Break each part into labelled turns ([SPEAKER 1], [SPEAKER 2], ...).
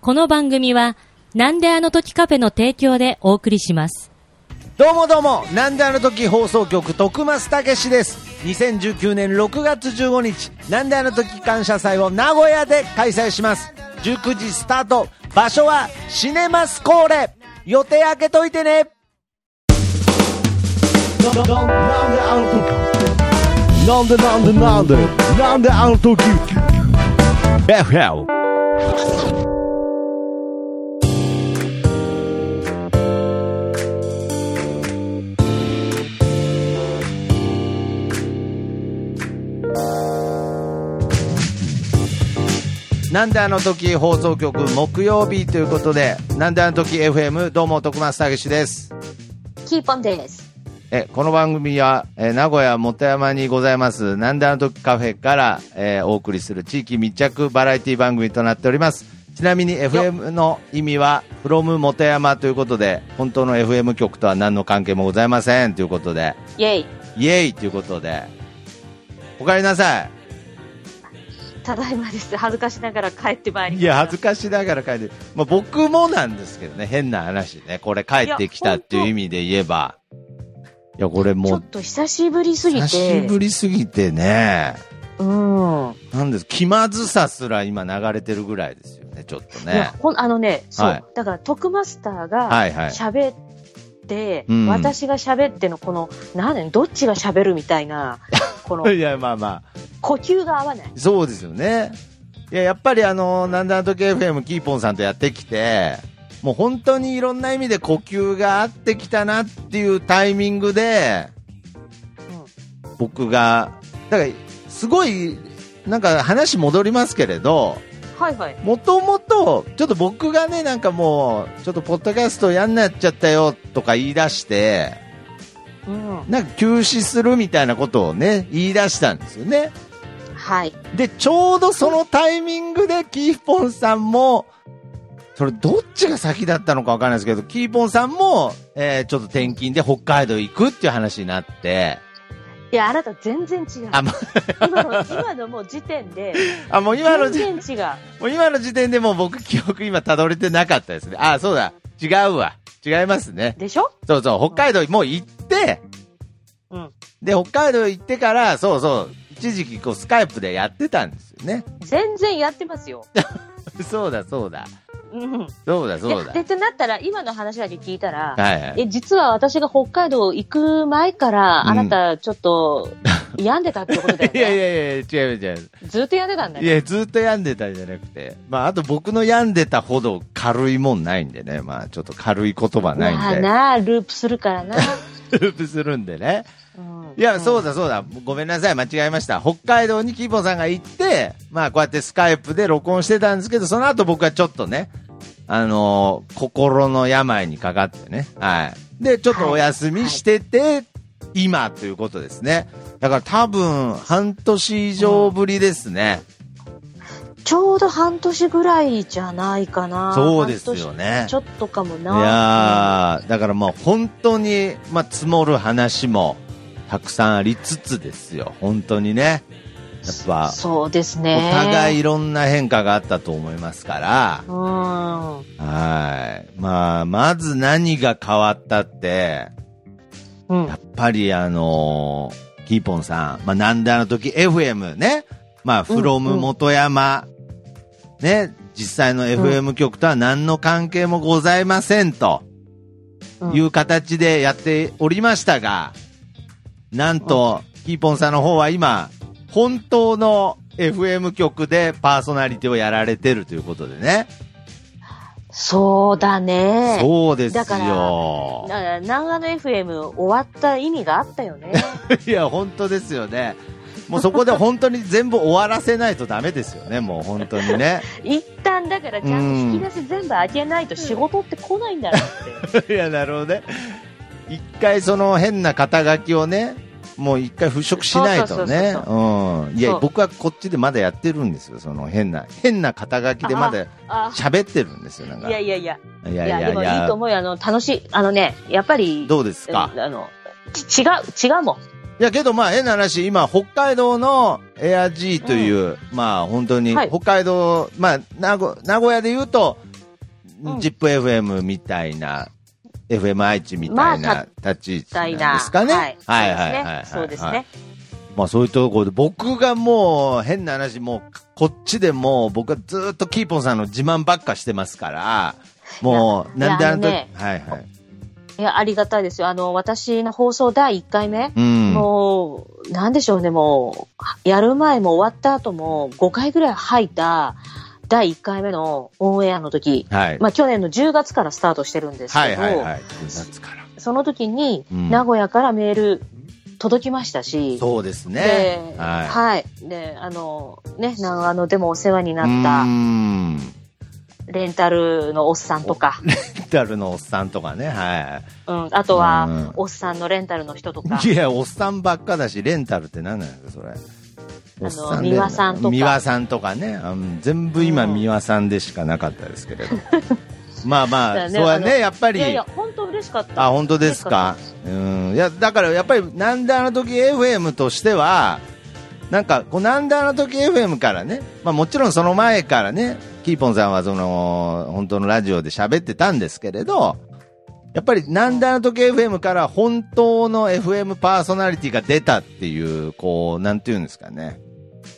[SPEAKER 1] この番組は、なんであの時カフェの提供でお送りします。
[SPEAKER 2] どうもどうも、なんであの時放送局、徳増たけしです。2019年6月15日、なんであの時感謝祭を名古屋で開催します。19時スタート、場所はシネマスコーレ。予定開けといてね。
[SPEAKER 3] なんでなんでなんでなんであの時
[SPEAKER 2] FL。なんであの時放送局木曜日ということで、なんであの時 FM どうも徳松たけしです。
[SPEAKER 4] キーポンです。
[SPEAKER 2] え、この番組は、えー名古屋元山にございます、なんであの時カフェから、えーお送りする地域密着バラエティ番組となっております。ちなみに FM の意味は、from 元山ということで、本当の FM 局とは何の関係もございませんということで、
[SPEAKER 4] イェイ。
[SPEAKER 2] イエイということで、おかえりなさい。
[SPEAKER 4] ただいまです。恥ずかしながら帰ってまいりま
[SPEAKER 2] い
[SPEAKER 4] した。
[SPEAKER 2] や、恥ずかしながら帰って、まあ、僕もなんですけどね、変な話ね、これ帰ってきたっていう意味で言えば、いや、これ
[SPEAKER 4] ち
[SPEAKER 2] も
[SPEAKER 4] ょっ
[SPEAKER 2] う、
[SPEAKER 4] と久しぶりすぎて。
[SPEAKER 2] 久しぶりすぎてね、
[SPEAKER 4] うん。
[SPEAKER 2] なんです、気まずさすら今流れてるぐらいですよね、ちょっと
[SPEAKER 4] いや
[SPEAKER 2] ね。
[SPEAKER 4] ほんあのね、そう。
[SPEAKER 2] はい
[SPEAKER 4] だから、徳マスターが
[SPEAKER 2] はいはい。
[SPEAKER 4] 喋って、
[SPEAKER 2] うん
[SPEAKER 4] 私が喋ってのこの、なんだよどっちが喋るみたい な、この、
[SPEAKER 2] いや、まあまあ、
[SPEAKER 4] 呼吸が合わない。
[SPEAKER 2] そうですよね。いや、やっぱりあの、なんだと KFM キーポンさんとやってきて、もう本当にいろんな意味で呼吸が合ってきたなっていうタイミングで、僕が、だから、すごい、なんか話戻りますけれど、
[SPEAKER 4] はいはい。
[SPEAKER 2] もともと、ちょっと僕がね、なんかもう、ちょっとポッドキャスト嫌になっちゃったよとか言い出して、
[SPEAKER 4] うん。
[SPEAKER 2] なんか休止するみたいなことをね、言い出したんですよね。
[SPEAKER 4] はい。
[SPEAKER 2] で、ちょうどそのタイミングでキーポンさんも、それどっちが先だったのかわかんないですけど、キーポンさんも、えーちょっと転勤で北海道行くっていう話になって、
[SPEAKER 4] いや、あなた全然違う。
[SPEAKER 2] あま
[SPEAKER 4] 今の、今のもう時点で、
[SPEAKER 2] あ、もう 今の時
[SPEAKER 4] 全然違う。
[SPEAKER 2] もう今の時点でもう僕記憶今たどれてなかったですね。あ、そうだ。違うわ。違いますね。
[SPEAKER 4] でしょ
[SPEAKER 2] そうそう。北海道もう行って、
[SPEAKER 4] うん。
[SPEAKER 2] で、北海道行ってから、そうそう。一時期こうスカイプでやってたんですよね。
[SPEAKER 4] 全然やってますよ。
[SPEAKER 2] そうだ、そうだ。
[SPEAKER 4] うん。
[SPEAKER 2] そうだ、そうだ。
[SPEAKER 4] で、でってなったら、今の話だけ聞いたら、
[SPEAKER 2] はいはい。
[SPEAKER 4] え、実は私が北海道行く前から、
[SPEAKER 2] うん
[SPEAKER 4] あなた、ちょ っと、病んでたってことだよ
[SPEAKER 2] いやい
[SPEAKER 4] ね。
[SPEAKER 2] やいや、違う違う。
[SPEAKER 4] ずっと病んでたんだ
[SPEAKER 2] い
[SPEAKER 4] よ。
[SPEAKER 2] や、ずっと病んでたんじゃなくて。まあ、あと僕の病んでたほど軽いもんないんでね。まあ、ちょっと軽い言葉ない
[SPEAKER 4] まあ
[SPEAKER 2] んで。
[SPEAKER 4] なあ、ループするか らな。
[SPEAKER 2] ループ するんでね。
[SPEAKER 4] うん
[SPEAKER 2] いや、そう
[SPEAKER 4] だ。
[SPEAKER 2] だそうだ。ごめんなさい。間違えました。北海道にキーボさんが行って、まあ、こうやってスカイプで録音してたんですけど、その後僕はちょっとね、あのー心の病にかかってね。はい。で、ちょっとお休みしてて、今ということですね。だから多分、半年以上ぶりですね。
[SPEAKER 4] ちょうど半年ぐらいじゃないかな。
[SPEAKER 2] そうですよね
[SPEAKER 4] 半年ちょっとかも
[SPEAKER 2] い
[SPEAKER 4] な。
[SPEAKER 2] やー、だからもう本当に、まあ、積もる話も、たくさんありつつですよ。本当にね。やっぱ、
[SPEAKER 4] そうです
[SPEAKER 2] お
[SPEAKER 4] ね。
[SPEAKER 2] 互い
[SPEAKER 4] い。
[SPEAKER 2] いろんな変化があったと思いますから、
[SPEAKER 4] うん。うん。
[SPEAKER 2] はい。まあ、まず何が変わったって、やっぱりあのーキーポンさん、まあ、なんであの時 FM ね、まあ、
[SPEAKER 4] うん
[SPEAKER 2] from 元山、ね、実際の FM 局とは何の関係もございませんと
[SPEAKER 4] うん
[SPEAKER 2] いう形でやっておりましたが、なんと、キーポンさんの方は今、本当の FM 局でパーソナリティをやられてるということでね。
[SPEAKER 4] そうだね。
[SPEAKER 2] そうです
[SPEAKER 4] だから
[SPEAKER 2] よ。
[SPEAKER 4] な長野 FM 終わった意味があったよね。
[SPEAKER 2] いや、本当ですよね。もうそこで本当に全部終わらせないとダメですよね、もう本当にね。
[SPEAKER 4] 一旦だからちゃんと引き出し全部開けないと仕事って来 ないんだなって。
[SPEAKER 2] いや、なるほどね。一回その変な肩書きをね、もう一回払拭しないとね
[SPEAKER 4] そうそうそ
[SPEAKER 2] う
[SPEAKER 4] う。
[SPEAKER 2] ん。いや
[SPEAKER 4] そ、う
[SPEAKER 2] 僕はこっちでまだやってるんですよ、その変な、変な肩書きでまだ
[SPEAKER 4] あ
[SPEAKER 2] 喋ってるんですよ、なんか。
[SPEAKER 4] いやいやいや、
[SPEAKER 2] いや
[SPEAKER 4] いやでもいいと思うよ。あの、楽しい。あのね、やっぱり、
[SPEAKER 2] どうですか
[SPEAKER 4] うんあの、ち違う、違うもん。
[SPEAKER 2] いやけどまあ変な話、今北海道のエア G という、まあ本当に
[SPEAKER 4] はい
[SPEAKER 2] 北海道、まあ名古名古屋で言うと、
[SPEAKER 4] うん
[SPEAKER 2] ZIPFM みたいな、FM 愛知みたい
[SPEAKER 4] ま
[SPEAKER 2] な
[SPEAKER 4] あ
[SPEAKER 2] 立ち位
[SPEAKER 4] みた
[SPEAKER 2] 置
[SPEAKER 4] い
[SPEAKER 2] なん
[SPEAKER 4] な。
[SPEAKER 2] ですかね。
[SPEAKER 4] は
[SPEAKER 2] はい
[SPEAKER 4] い。
[SPEAKER 2] はいはいはい。
[SPEAKER 4] そうです
[SPEAKER 2] はい
[SPEAKER 4] ね。。
[SPEAKER 2] まあそういうところで、僕がもう変な話、もうこっちでもう僕はずっとキーポンさんの自慢ばっかしてますから、もう、
[SPEAKER 4] いや
[SPEAKER 2] なんであの時、
[SPEAKER 4] いやあのね
[SPEAKER 2] はいはい。
[SPEAKER 4] いや、ありがたいですよ。あの、私の放送第1回目、
[SPEAKER 2] うん。
[SPEAKER 4] もう、なんでしょうね、もう、やる前も終わった後も、5回ぐらい吐いた、第1回目のオンエアの時、
[SPEAKER 2] はい。
[SPEAKER 4] まあ、去年の10月からスタートしてるんです
[SPEAKER 2] は
[SPEAKER 4] け
[SPEAKER 2] い
[SPEAKER 4] ど、
[SPEAKER 2] はいはい。夏から。
[SPEAKER 4] その時に、
[SPEAKER 2] うん
[SPEAKER 4] 名古屋からメール届きましたし、
[SPEAKER 2] そうですね
[SPEAKER 4] で。、
[SPEAKER 2] は
[SPEAKER 4] はい。で、あの、ね、長野でもお世話に
[SPEAKER 2] い。
[SPEAKER 4] なっ
[SPEAKER 2] ん。
[SPEAKER 4] た、レンタルのおっさんと か、
[SPEAKER 2] ダルのおっさんとかね、は
[SPEAKER 4] うん、あと
[SPEAKER 2] う
[SPEAKER 4] は
[SPEAKER 2] ん、
[SPEAKER 4] おっさんのレンタルの人とか
[SPEAKER 2] い。、いや、おっさんばっかだし、レンタルって何なんですか、それ。おっさんレンタル
[SPEAKER 4] 三輪さんとか
[SPEAKER 2] 三輪さんとかね。うん全部今、
[SPEAKER 4] うん
[SPEAKER 2] 三輪さんでしかなかったですけれ ど。まあま
[SPEAKER 4] だ
[SPEAKER 2] あ、
[SPEAKER 4] よね
[SPEAKER 2] そうは
[SPEAKER 4] あの
[SPEAKER 2] ね、やっぱ
[SPEAKER 4] い
[SPEAKER 2] り。
[SPEAKER 4] やいや、本当嬉しかった。
[SPEAKER 2] あ、本当ですか。うん。いや、だからやっぱり、なんであの時 FM としては、なんか、こう、なんであの時 FM からね、まあもちろんその前からね、キーポンさんはその、本当のラジオで喋ってたんですけれど、やっぱり、なんであの時 FM から本当の FM パーソナリティが出たっていう、こう、なんていうんですかね。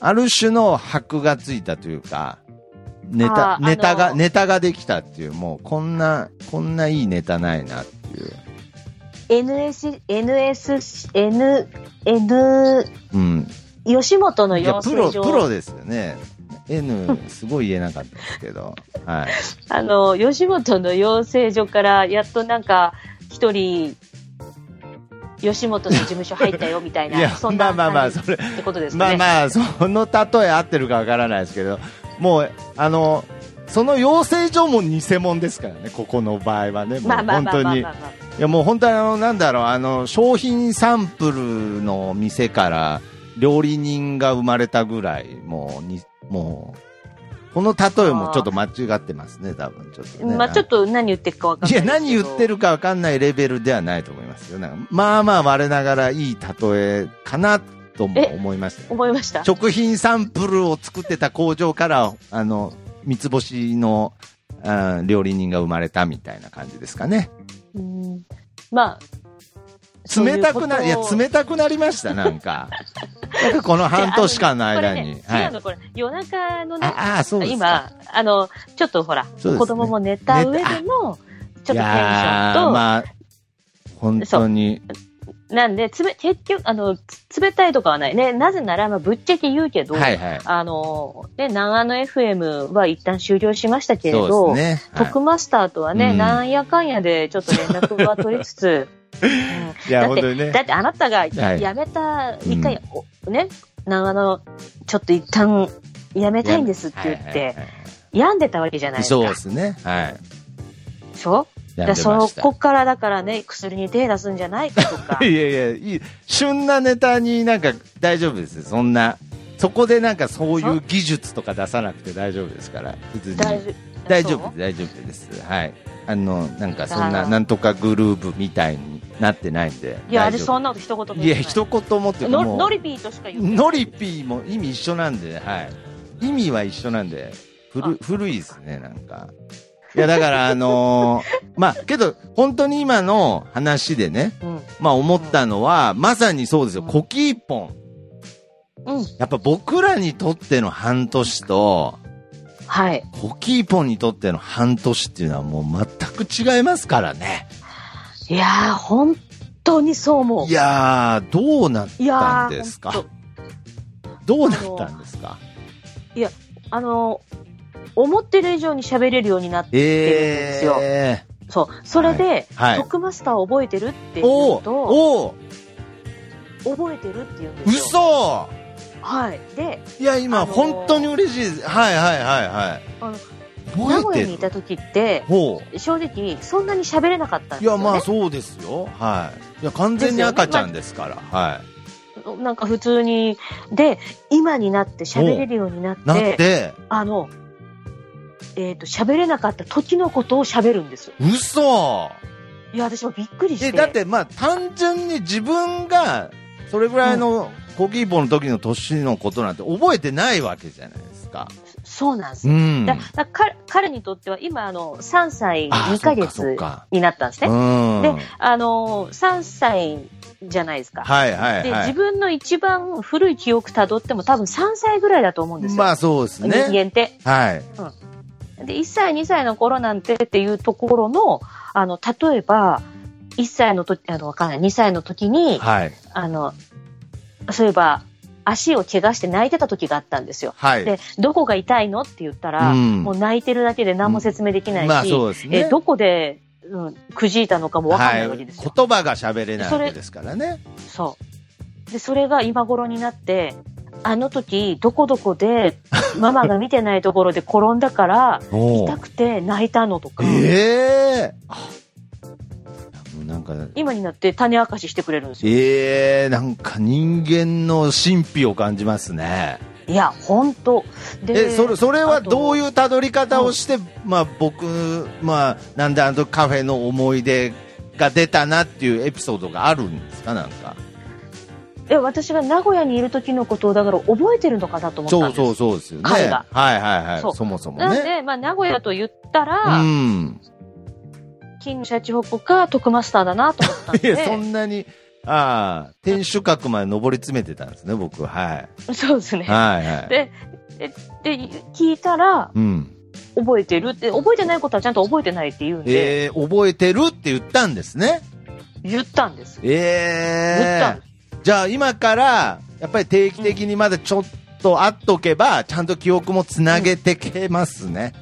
[SPEAKER 2] ある種の箔がついたというか、ネタ
[SPEAKER 4] あ、ー
[SPEAKER 2] ネタ
[SPEAKER 4] あ
[SPEAKER 2] が、
[SPEAKER 4] の
[SPEAKER 2] ネタができたっていう、もう、こんな、こんないいネタないなっていう。
[SPEAKER 4] NS、NS、N、N、
[SPEAKER 2] うん。
[SPEAKER 4] 吉本の
[SPEAKER 2] いや、
[SPEAKER 4] 養
[SPEAKER 2] プ
[SPEAKER 4] 成
[SPEAKER 2] ロ、
[SPEAKER 4] 所。
[SPEAKER 2] プロですよね。N、すごい言えなかったですけど。はい。
[SPEAKER 4] あの、吉本の養成所から、やっとなんか、一人、吉本の事務所入ったよ、みたい
[SPEAKER 2] いや
[SPEAKER 4] な。そんな
[SPEAKER 2] まあまあまあ
[SPEAKER 4] 感じ
[SPEAKER 2] それ
[SPEAKER 4] ってことです
[SPEAKER 2] ま
[SPEAKER 4] か
[SPEAKER 2] あ
[SPEAKER 4] ね。
[SPEAKER 2] まあ、その例え合ってるかわからないですけど、もう、あの、その養成所も偽物ですからね、ここの場合はね、もう
[SPEAKER 4] まあまあ
[SPEAKER 2] 本
[SPEAKER 4] まあ
[SPEAKER 2] 当
[SPEAKER 4] まあ
[SPEAKER 2] に。い
[SPEAKER 4] まあまあ
[SPEAKER 2] や、もう本当にあの、なんだろう、あの、商品サンプルの店から料理人が生まれたぐらい、もう、に、もう、この例えもちょっと間違ってますね、多分ちょっとね。
[SPEAKER 4] まあちょっと何言ってるかわかん
[SPEAKER 2] い
[SPEAKER 4] ない
[SPEAKER 2] や、
[SPEAKER 4] ですけど。
[SPEAKER 2] 何言ってるか分かんないレベルではないと思いますよ。なんかまあまあ、我ながらいい例えかなとも思いましたよ。
[SPEAKER 4] 思いました。
[SPEAKER 2] 食品サンプルを作ってた工場から、あの、三つ星の、あー料理人が生まれたみたいな感じですかね。
[SPEAKER 4] うんまあ、
[SPEAKER 2] 冷たくな、いや、
[SPEAKER 4] た
[SPEAKER 2] 冷たくなりました、なん か。なんかこの半年間の間に。
[SPEAKER 4] これね、違う
[SPEAKER 2] い。
[SPEAKER 4] の、これ、夜中のね、
[SPEAKER 2] ああ、そうですか。
[SPEAKER 4] 今、あの、ちょっとほら、
[SPEAKER 2] そうですね
[SPEAKER 4] 子供も寝た上での、ちょっとテンショ
[SPEAKER 2] いや
[SPEAKER 4] ン
[SPEAKER 2] ー
[SPEAKER 4] と、
[SPEAKER 2] まあ、本当に。
[SPEAKER 4] なんで、つめ、結局、あの、つ冷たいとかはないね。なぜなら、まあ、ぶっちゃけ言うけど、
[SPEAKER 2] はいはい。
[SPEAKER 4] あの、ね、長野 FM は一旦終了しましたけれ
[SPEAKER 2] そ
[SPEAKER 4] ど、
[SPEAKER 2] うですね。はい
[SPEAKER 4] 徳マスターとはね、
[SPEAKER 2] うん
[SPEAKER 4] なんやかんやでちょっと連絡は取りつ つ、うん
[SPEAKER 2] いや、
[SPEAKER 4] だっ
[SPEAKER 2] 本当にね
[SPEAKER 4] て、。だってあなたが
[SPEAKER 2] い
[SPEAKER 4] やめた、
[SPEAKER 2] うん
[SPEAKER 4] 一回、おね、長野、ちょっと一旦やめたいんですって言っ
[SPEAKER 2] はいはい
[SPEAKER 4] て、
[SPEAKER 2] はい
[SPEAKER 4] 病んでたわけじゃないですか。
[SPEAKER 2] そうですね。はい。
[SPEAKER 4] でしょ
[SPEAKER 2] やってま
[SPEAKER 4] そ
[SPEAKER 2] した。
[SPEAKER 4] こからだからね、薬に手出すんじゃないかと か
[SPEAKER 2] いやいや、いい、旬なネタになんか大丈夫ですよそんな。そこでなんかそういう技術とか出さなくて大丈夫ですから。普通に。
[SPEAKER 4] 大丈夫。
[SPEAKER 2] 大丈夫
[SPEAKER 4] そう
[SPEAKER 2] です、大丈夫です。はい。あの、なんかそん
[SPEAKER 4] あ
[SPEAKER 2] な、
[SPEAKER 4] の
[SPEAKER 2] なんとかグルーブみたいになってないんで。
[SPEAKER 4] いや、あれ
[SPEAKER 2] 大丈
[SPEAKER 4] そんなこと一言も
[SPEAKER 2] 夫
[SPEAKER 4] 言
[SPEAKER 2] い
[SPEAKER 4] って
[SPEAKER 2] や、
[SPEAKER 4] ない。
[SPEAKER 2] 一言もっていうか
[SPEAKER 4] の
[SPEAKER 2] もう
[SPEAKER 4] ノリピーとしか言ってない。
[SPEAKER 2] ノリピーも意味一緒なんで、はい。意味は一緒なんで、古、古いですね、なんか。いや、だから、あ のーまあ、けど、本当に今の話でね、
[SPEAKER 4] うん。
[SPEAKER 2] まあ、思ったのは、まさにそうですよ、
[SPEAKER 4] うん
[SPEAKER 2] コキーポン。
[SPEAKER 4] うん。
[SPEAKER 2] やっぱ僕らにとっての半年と、
[SPEAKER 4] はい。
[SPEAKER 2] コキーポンにとっての半年っていうのはもう全く違いますからね。
[SPEAKER 4] いやー、本当にそう思う。
[SPEAKER 2] いやー、どうなっ
[SPEAKER 4] いやー
[SPEAKER 2] たんですか
[SPEAKER 4] ほんと
[SPEAKER 2] どうなったんですか
[SPEAKER 4] あの、思ってる以上に喋れるようになって、
[SPEAKER 2] え
[SPEAKER 4] 言ってるん
[SPEAKER 2] え
[SPEAKER 4] そう。それで、
[SPEAKER 2] ー、はい。
[SPEAKER 4] 徳マスターを覚えてるって言
[SPEAKER 2] お
[SPEAKER 4] う
[SPEAKER 2] ー
[SPEAKER 4] と、
[SPEAKER 2] おー
[SPEAKER 4] 覚えてるって言うんですよ。
[SPEAKER 2] 嘘
[SPEAKER 4] はい。で、
[SPEAKER 2] いや、今、
[SPEAKER 4] あのー
[SPEAKER 2] 本当に嬉しいです。はいはいはいはい。
[SPEAKER 4] あの名
[SPEAKER 2] 覚
[SPEAKER 4] 古
[SPEAKER 2] えて
[SPEAKER 4] 屋にい
[SPEAKER 2] る
[SPEAKER 4] た時って、
[SPEAKER 2] ほう。
[SPEAKER 4] 正直、そんなに喋れなかったん
[SPEAKER 2] い
[SPEAKER 4] ですよ、
[SPEAKER 2] や、
[SPEAKER 4] ね。
[SPEAKER 2] まあそうですよ。はい。いや、完全に赤ちゃんですから。はい。
[SPEAKER 4] なんか普通に、で、今になって喋れるようになって、
[SPEAKER 2] なって、
[SPEAKER 4] あの、えっ、と、喋れなかった時のことを喋るんですよ。
[SPEAKER 2] 嘘
[SPEAKER 4] いや、私もびっくりして。
[SPEAKER 2] え、だってまあ単純に自分が、それぐらいのコキーポの時の年のことなんて覚えてないわけじゃないですか。
[SPEAKER 4] そうなんです
[SPEAKER 2] う
[SPEAKER 4] よ。
[SPEAKER 2] ん。
[SPEAKER 4] だだ彼彼にとっては今あの3歳
[SPEAKER 2] あ
[SPEAKER 4] 2ヶ
[SPEAKER 2] そっ
[SPEAKER 4] 月
[SPEAKER 2] か
[SPEAKER 4] になったんです
[SPEAKER 2] そっかう
[SPEAKER 4] ね。
[SPEAKER 2] ん。
[SPEAKER 4] であの3歳じゃないですか。
[SPEAKER 2] はいはい
[SPEAKER 4] で
[SPEAKER 2] は
[SPEAKER 4] 自
[SPEAKER 2] い。
[SPEAKER 4] 分の一番古い記憶たどっても多分3歳ぐらいだと思うんですよ、
[SPEAKER 2] まあそうです
[SPEAKER 4] 人
[SPEAKER 2] ね。
[SPEAKER 4] 間って。
[SPEAKER 2] はい。
[SPEAKER 4] で1歳2歳の頃なんてっていうところのあの例えば1歳の時あのわかんない2歳の時に
[SPEAKER 2] はい。
[SPEAKER 4] あのそういえば足を怪我して泣いてた時があったんですよ。
[SPEAKER 2] はい。
[SPEAKER 4] でどこが痛いのって言ったら、
[SPEAKER 2] うん
[SPEAKER 4] もう泣いてるだけで何も説明できないし、
[SPEAKER 2] まあそうです
[SPEAKER 4] え
[SPEAKER 2] ね。
[SPEAKER 4] どこで、うん、くじいたのかもわかんないわけですよ。
[SPEAKER 2] 言葉が喋れないわけですからね。
[SPEAKER 4] そう。で、それが今頃になって、あの時、どこどこ で、ママが見てないところで転んだから、
[SPEAKER 2] お
[SPEAKER 4] 痛くて泣いたのとか、
[SPEAKER 2] ええもうなんか、
[SPEAKER 4] 今になって種明かししてくれるんですよ。
[SPEAKER 2] ええなんか人間の神秘を感じますね。
[SPEAKER 4] いや、本当
[SPEAKER 2] え、
[SPEAKER 4] で、
[SPEAKER 2] それ、それはどう
[SPEAKER 4] う
[SPEAKER 2] いうたどり方をして、まあ僕、まあ、なんであのカフェの思い出が出たなっていうエピソードがあるんですかなんか。
[SPEAKER 4] え、私が名古屋にいる時のことを、だから覚えてるのかなと思った
[SPEAKER 2] そ
[SPEAKER 4] んで
[SPEAKER 2] う
[SPEAKER 4] す。
[SPEAKER 2] そうそうですよね。はい
[SPEAKER 4] 彼が
[SPEAKER 2] はいはい。
[SPEAKER 4] そ
[SPEAKER 2] そうもそも
[SPEAKER 4] なん
[SPEAKER 2] ね。
[SPEAKER 4] で、まあ、名古屋と言った
[SPEAKER 2] う
[SPEAKER 4] ら、
[SPEAKER 2] ん。
[SPEAKER 4] 金シャチホップか、徳マスターだなと思ったん
[SPEAKER 2] いや、そ
[SPEAKER 4] で、
[SPEAKER 2] んなに、ああ、天守閣まで登り詰めてたんですね、僕。は
[SPEAKER 4] そうですね。
[SPEAKER 2] い。はいはい。
[SPEAKER 4] で、えで、聞いたら、
[SPEAKER 2] うん。
[SPEAKER 4] 覚えてるって、覚えてないことはちゃんと覚えてないって言うんで、
[SPEAKER 2] えー、覚えてるって言ったんですね。
[SPEAKER 4] 言ったんです。言ったん
[SPEAKER 2] え
[SPEAKER 4] です。
[SPEAKER 2] ー、じゃあ今から、やっぱり定期的にまだちょっと会っとけば、ちゃんと記憶もつなげてけますね。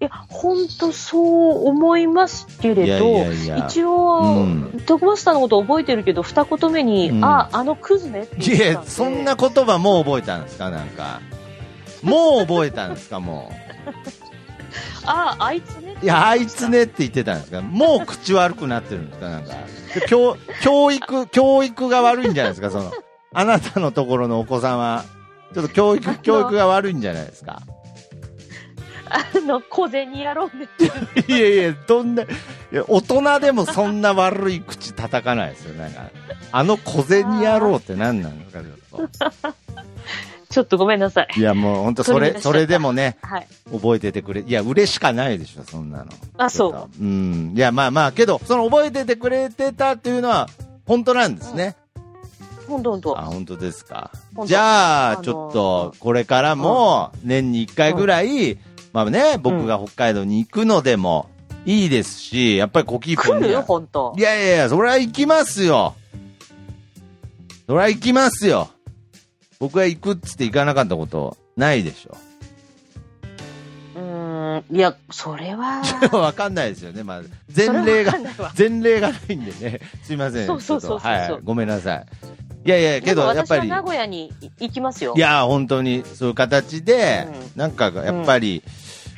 [SPEAKER 4] いや、本当そう思いますけれど、
[SPEAKER 2] いやいやいや
[SPEAKER 4] 一応、
[SPEAKER 2] うん
[SPEAKER 4] 徳マスターのこと覚えてるけど、二言目に、
[SPEAKER 2] うん
[SPEAKER 4] あ、あのクズねって
[SPEAKER 2] い
[SPEAKER 4] 言ってた
[SPEAKER 2] や
[SPEAKER 4] ん、で。
[SPEAKER 2] そんな言葉もう覚えたんですかなんか。もう覚えたんですかも
[SPEAKER 4] あ、あいつね。
[SPEAKER 2] う。いや、あいつ。ねって言ってたんですかもう口悪くなってるんですかなんか。で教、教育、教育が悪いんじゃないですかその。あなたのところのお子さんは、ちょっと教育、教育が悪いんじゃないですか
[SPEAKER 4] あの、小銭やろうね。
[SPEAKER 2] いやいや、どんな、いや大人でもそんな悪い口叩かないですよ。なんか、あの小銭野郎って何なのかちょっ
[SPEAKER 4] ちょっとごめんなさい。
[SPEAKER 2] と。いや、もう本当それ、それでもね、
[SPEAKER 4] はい。
[SPEAKER 2] 覚えててくれ、いや、嬉しかないでしょ、そんなの。
[SPEAKER 4] あそう
[SPEAKER 2] ちょっと。うん。いや、まあまあ、けど、その覚えててくれてたっていうのは、本当なんですね。
[SPEAKER 4] ほんとほん
[SPEAKER 2] あ、
[SPEAKER 4] と。
[SPEAKER 2] 本当ですか
[SPEAKER 4] 本。当
[SPEAKER 2] じゃ
[SPEAKER 4] あ
[SPEAKER 2] あ、
[SPEAKER 4] のー
[SPEAKER 2] ちょっと、これからも、年に1回ぐらい、まあね、僕が北海道に行くのでも、いいですし、やっぱりコキープ
[SPEAKER 4] 来
[SPEAKER 2] に
[SPEAKER 4] るよ、
[SPEAKER 2] は
[SPEAKER 4] ほんと
[SPEAKER 2] い。やいやいや、そりゃ行きますよ。そりゃ行きますよ。僕が行くっつって行かなかったことないでし
[SPEAKER 4] うーん、いや、それは、
[SPEAKER 2] ょ。わかんないですよね。まあ、前例が
[SPEAKER 4] それはわかんないわ、
[SPEAKER 2] 前例がないんでね。すいません。
[SPEAKER 4] そうそうそうそう
[SPEAKER 2] ちょっとはい。ごめんなさい。いやいや、 けど、
[SPEAKER 4] でも
[SPEAKER 2] やっぱり。
[SPEAKER 4] 私は名古屋に行きますよ。
[SPEAKER 2] いやー、本当に、そういう形で、
[SPEAKER 4] う
[SPEAKER 2] なんか、やっぱり、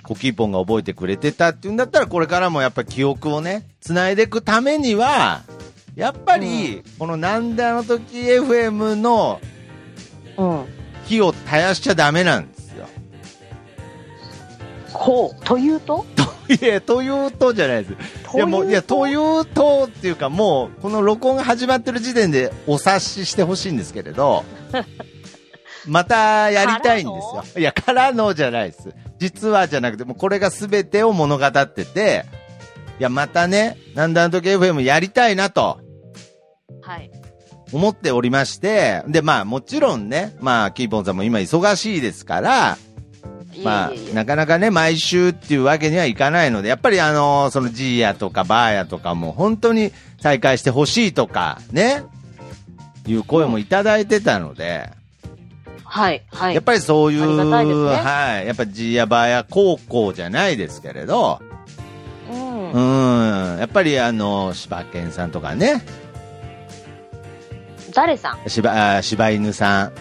[SPEAKER 2] コキーポンが覚えてくれてたっていうんだったら、これからもやっぱり記憶をね、繋いでいくためには、やっぱり、このなんであの時 FM の
[SPEAKER 4] うん。
[SPEAKER 2] 火を絶やしちゃダメなんですよ。
[SPEAKER 4] こう。というと
[SPEAKER 2] いや、というとじゃないです。いや、もう、いや、というとっていうか、もう、この録音が始まってる時点でお察ししてほしいんですけれ ど、またやりたいんです
[SPEAKER 4] から
[SPEAKER 2] よ。いや、からのじゃないです。実はじゃなくて、もうこれが全てを物語ってて、いや、またね、なんだんとき FM やりたいなと。
[SPEAKER 4] はい。
[SPEAKER 2] 思っておりまして、で、まあもちろんね、まあキーポンさんも今忙しいですから、まあ
[SPEAKER 4] いえいえいえ、
[SPEAKER 2] なかなかね、毎週っていうわけにはいかないので、やっぱりあの、そのジーヤとかバーヤとかも本当に再開してほしいとか、ね、いう声もいただいてたので、
[SPEAKER 4] はい、はい。
[SPEAKER 2] やっぱりそういう、
[SPEAKER 4] ありがたいですね
[SPEAKER 2] はい、やっぱジーヤバーヤ高校じゃないですけれど、
[SPEAKER 4] うん
[SPEAKER 2] うん、やっぱりあの、柴犬さんとかね、
[SPEAKER 4] 誰さん
[SPEAKER 2] 柴、あ柴犬さん、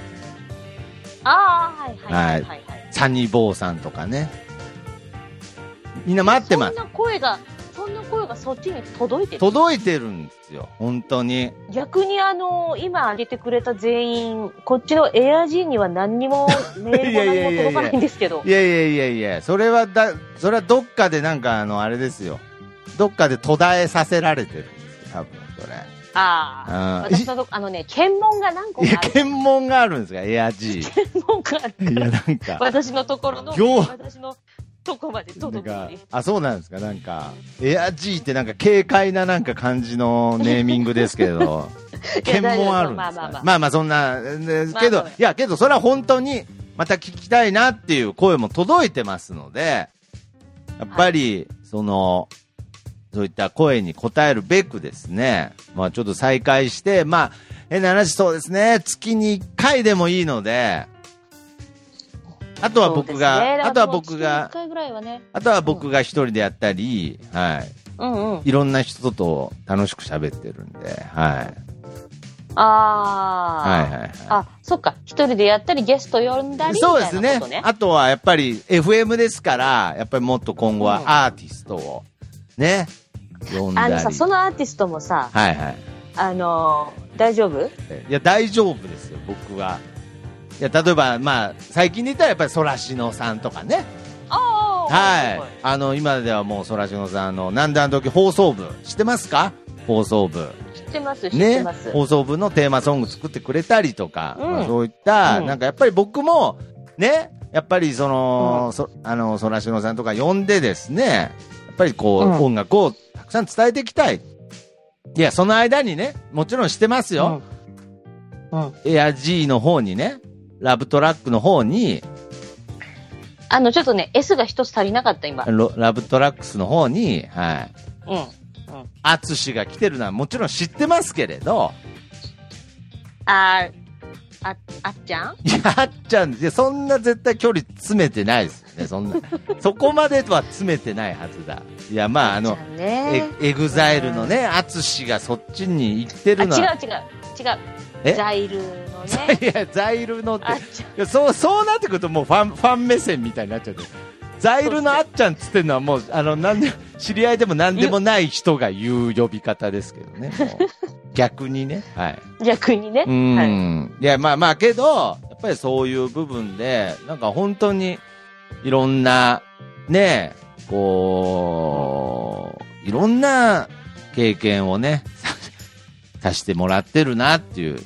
[SPEAKER 4] ああ、はいはいはいはい。はい、
[SPEAKER 2] サニボーさんとかね。みんな待ってま
[SPEAKER 4] そん
[SPEAKER 2] す。
[SPEAKER 4] な声が、そんな声がそっちに届いてる。
[SPEAKER 2] 届いてるんですよ。本当に。
[SPEAKER 4] 逆にあの、今挙げてくれた全員、こっちのエアジーには何 にも、メールも何も届かないんですけど。
[SPEAKER 2] いやいやいやいや、それはだ、それはどっかでなんかあの、あれですよ。どっかで途絶えさせられてるんですよ。多分、それ。
[SPEAKER 4] ああ。
[SPEAKER 2] あー
[SPEAKER 4] 私のとこ、あのね、検問が何個
[SPEAKER 2] いや
[SPEAKER 4] かあ、る。
[SPEAKER 2] 検問があるんですか、エア G。い
[SPEAKER 4] 検問がある。
[SPEAKER 2] や、なん か、
[SPEAKER 4] 私のところの、
[SPEAKER 2] 行
[SPEAKER 4] 私のとこまで
[SPEAKER 2] なん
[SPEAKER 4] 届くの
[SPEAKER 2] か
[SPEAKER 4] に。、
[SPEAKER 2] あ、そうなんですか、なんか、エア G ってなんか軽快ななんか感じのネーミングです けど、検問あるんです
[SPEAKER 4] まあまあま
[SPEAKER 2] か
[SPEAKER 4] あ
[SPEAKER 2] まあまあ、そんな、ね
[SPEAKER 4] まあ
[SPEAKER 2] けど、いや、けど、それは本当に、また聞きたいなっていう声も届いてますので、やっぱり、その、そういった声に応えるべくですね、まあちょっと再開して、まあ、変な話そうですね、月に1回でもいいので、あとは僕が、
[SPEAKER 4] そうですね
[SPEAKER 2] あとは僕が
[SPEAKER 4] だからもう月に一、回ぐらいはね。
[SPEAKER 2] あとは僕が一人でやったり、はい。
[SPEAKER 4] うんうん。
[SPEAKER 2] いろんな人と楽しく喋ってるんで、はい。はい
[SPEAKER 4] ああ。
[SPEAKER 2] はいはい。
[SPEAKER 4] あ、そっか。一人でやったり、ゲスト呼んだりみたい
[SPEAKER 2] そう
[SPEAKER 4] な
[SPEAKER 2] で
[SPEAKER 4] こ
[SPEAKER 2] す
[SPEAKER 4] と
[SPEAKER 2] ね
[SPEAKER 4] ね。。
[SPEAKER 2] あとはやっぱり FM ですから、やっぱりもっと今後
[SPEAKER 4] うん
[SPEAKER 2] はアーティストを、ね、呼んだ
[SPEAKER 4] あ
[SPEAKER 2] り。
[SPEAKER 4] のさ、そのアーティストもさ、
[SPEAKER 2] はいはい。
[SPEAKER 4] あのー大丈夫
[SPEAKER 2] いや、大丈夫ですよ、僕は。いや、例えば、まあ、最近で言ったらやっぱりソラシノさんとかね。
[SPEAKER 4] あ
[SPEAKER 2] はい。あの、今ではもうソラシノさん、あの、なんであの時放送部、知ってますか放送部。
[SPEAKER 4] 知ってます、知っ
[SPEAKER 2] ね
[SPEAKER 4] てます。、
[SPEAKER 2] 放送部のテーマソング作ってくれたりとか、
[SPEAKER 4] うん
[SPEAKER 2] まあそういった、
[SPEAKER 4] うん
[SPEAKER 2] なんかやっぱり僕も、ね、やっぱりその、そあの、そらしのさんとか呼んでですね、やっぱりこう、
[SPEAKER 4] うん
[SPEAKER 2] 音楽をたくさん伝えていきたい。いや、その間にね、もちろんしてますよ。
[SPEAKER 4] うん。うん
[SPEAKER 2] エア G の方にね、ラブトラックの方に、
[SPEAKER 4] あの、ちょっとね、S が一つ足りなかった、今。うん。
[SPEAKER 2] ロラブトラックスの方に、はい。
[SPEAKER 4] うん。
[SPEAKER 2] アツシが来てるのはもちろん知ってますけれど、
[SPEAKER 4] あー、あ、あっちゃん
[SPEAKER 2] いや、あっちゃん、いや、そんな絶対距離詰めてないですよね、そんな。そこまでは詰めてないはずだ。いや、まあ、あの
[SPEAKER 4] っちゃ、ん
[SPEAKER 2] え
[SPEAKER 4] ね。
[SPEAKER 2] エグザイルのね、アツシがそっちに行って
[SPEAKER 4] あ、違
[SPEAKER 2] る
[SPEAKER 4] う
[SPEAKER 2] のは。
[SPEAKER 4] 違う、違
[SPEAKER 2] え。
[SPEAKER 4] う。ザイルのね
[SPEAKER 2] いや、ザイルのって
[SPEAKER 4] あっちゃん。
[SPEAKER 2] いやそう、そうなってくるともうファン、ファン目線みたいになっちゃうけど。ザイルのあっちゃんっつってんのはもう、あの、なんで、知り合いでも何でもない人が言う呼び方ですけどね、 もう逆にね、はい。
[SPEAKER 4] 逆にね。
[SPEAKER 2] うー
[SPEAKER 4] はい。
[SPEAKER 2] んいや、まあまあ、けど、やっぱりそういう部分で、なんか本当に、いろんな、ね、こう、いろんな経験をね、 ささしてもらってるなっていう。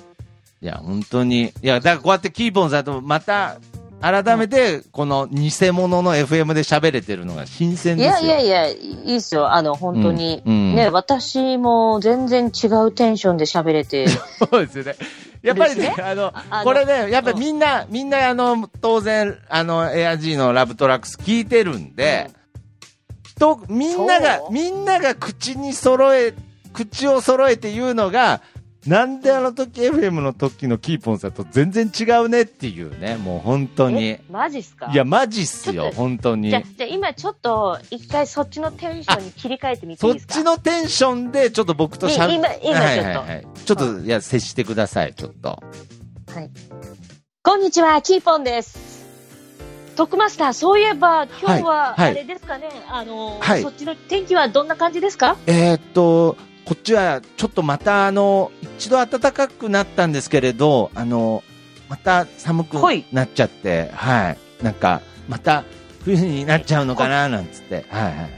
[SPEAKER 2] いや、本当に。いや、だからこうやってキーポンさんとまた、改めて、この偽物の FM で喋れてるのが新鮮
[SPEAKER 4] い
[SPEAKER 2] ですよ。
[SPEAKER 4] やいやいや、いいっすよ。あの、本当に。
[SPEAKER 2] うんうん
[SPEAKER 4] ね、私も全然違うテンションで喋れて。
[SPEAKER 2] そうですよね。やっぱりね
[SPEAKER 4] で、
[SPEAKER 2] あの
[SPEAKER 4] あ、の
[SPEAKER 2] これね、やっぱりみんな、みんな、あの、当然、あの、エア G のラブトラックス聞いてるんで、と、みんなが
[SPEAKER 4] そ、う
[SPEAKER 2] みんなが口に揃え、口を揃えて言うのが、なんであの時 FM の時のキーポンさんと全然違うねっていうね、もう本当に。
[SPEAKER 4] えマジっすか
[SPEAKER 2] いや、マジっす
[SPEAKER 4] ちょ
[SPEAKER 2] よ、
[SPEAKER 4] っと
[SPEAKER 2] 本当に
[SPEAKER 4] じゃ。、じゃあ今ちょっと、一回そっちのテンションに切り替えてみてい
[SPEAKER 2] そ
[SPEAKER 4] い
[SPEAKER 2] っ
[SPEAKER 4] ですか
[SPEAKER 2] ちのテンションで、ちょっと僕としゃべ
[SPEAKER 4] い今今
[SPEAKER 2] はい
[SPEAKER 4] ちょっと
[SPEAKER 2] はいはい。ちょっと、いや、接してください、ちょっと。
[SPEAKER 4] こんにちは、キーポンです。トックマスター、そういえば、今
[SPEAKER 2] は
[SPEAKER 4] 日は、
[SPEAKER 2] いはい
[SPEAKER 4] あれですかね、あのー、
[SPEAKER 2] はい
[SPEAKER 4] そっちの天気はどんな感じですか
[SPEAKER 2] えーっと、こっちはちょっとまたあの、一度暖かくなったんですけれど、あの、また寒く
[SPEAKER 4] はい
[SPEAKER 2] なっちゃって、はい。なんか、また冬になっちゃうのかな、なんつって、はいはいはい。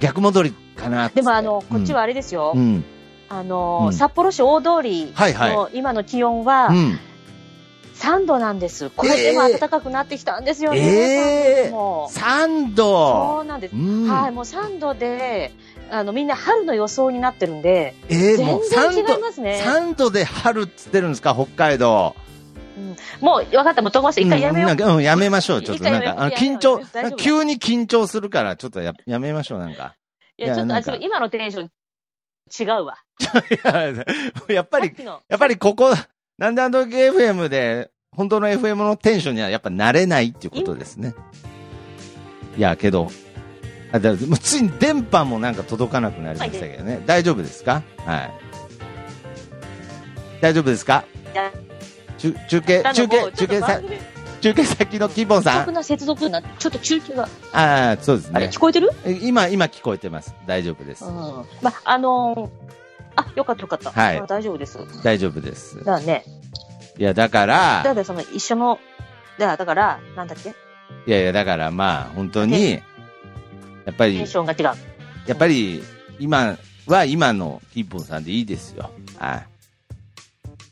[SPEAKER 2] 逆戻りかなっつって
[SPEAKER 4] でも、あの、こっちはあれですよ、
[SPEAKER 2] うん、うん。
[SPEAKER 4] あのー、
[SPEAKER 2] うん
[SPEAKER 4] 札幌市大通り
[SPEAKER 2] はいはい
[SPEAKER 4] の今の気温は
[SPEAKER 2] うん。
[SPEAKER 4] 3度なんです。これでも
[SPEAKER 2] ええ
[SPEAKER 4] 暖かくなってきたんですよね。
[SPEAKER 2] ええ
[SPEAKER 4] もう、
[SPEAKER 2] 3
[SPEAKER 4] そ
[SPEAKER 2] 度
[SPEAKER 4] うなんです
[SPEAKER 2] う。ん。
[SPEAKER 4] はい、もう3度で、あの、みんな春の予想になってるんで、
[SPEAKER 2] えー、も
[SPEAKER 4] 全
[SPEAKER 2] う
[SPEAKER 4] 然
[SPEAKER 2] 3
[SPEAKER 4] 違い
[SPEAKER 2] 度、
[SPEAKER 4] ますね。
[SPEAKER 2] 3度で春っつってるんですか、北海道。
[SPEAKER 4] もう、分かった、もう、トコマスター一回やめよう。
[SPEAKER 2] んなんかうん、やめましょう、ちょっと。なん
[SPEAKER 4] 一回や
[SPEAKER 2] か、
[SPEAKER 4] め
[SPEAKER 2] あの
[SPEAKER 4] やめよ
[SPEAKER 2] 緊
[SPEAKER 4] う
[SPEAKER 2] 張、
[SPEAKER 4] 大丈夫
[SPEAKER 2] 急に緊張するから、ちょっとややめましょう、なん か。
[SPEAKER 4] いや、ちょっと、
[SPEAKER 2] なん
[SPEAKER 4] あ
[SPEAKER 2] か
[SPEAKER 4] そう今のテンション、違うわ。
[SPEAKER 2] やっぱり
[SPEAKER 4] さっ、きの
[SPEAKER 2] やっぱりここ、なんであの時 FM で、本当の FM のテンションにはやっぱ慣れないっていうことですね。いや、けど、あだもうついに電波もなんか届かなくなりましたけどね。大丈夫ですかはい。大丈夫ですか
[SPEAKER 4] や
[SPEAKER 2] 中中継、
[SPEAKER 4] だ
[SPEAKER 2] 中
[SPEAKER 4] のも
[SPEAKER 2] 継、
[SPEAKER 4] うちょ
[SPEAKER 2] 中
[SPEAKER 4] っと
[SPEAKER 2] 継
[SPEAKER 4] 番
[SPEAKER 2] さ、
[SPEAKER 4] 組
[SPEAKER 2] 中継先のキーボンさ
[SPEAKER 4] 僕
[SPEAKER 2] ん。
[SPEAKER 4] の接続になって、ちょっと中継が、
[SPEAKER 2] ああ、そうです
[SPEAKER 4] あれ、
[SPEAKER 2] ね
[SPEAKER 4] 聞。こえてる
[SPEAKER 2] え今、今聞こえてます。大丈夫です
[SPEAKER 4] うん。。ま、あのー、あ、よかったよかった。
[SPEAKER 2] はい
[SPEAKER 4] あ大丈夫です。だか
[SPEAKER 2] 大丈夫です。
[SPEAKER 4] らね、
[SPEAKER 2] いや、だか
[SPEAKER 4] だ
[SPEAKER 2] ら、
[SPEAKER 4] からその、一緒の、だから、だから、なんだっけ
[SPEAKER 2] いやいや、だからまあ、本当に、やっぱ
[SPEAKER 4] テ
[SPEAKER 2] り
[SPEAKER 4] ン、ションが違う。
[SPEAKER 2] やっぱり、今、は今のキーポンさんでいいですよ。はい。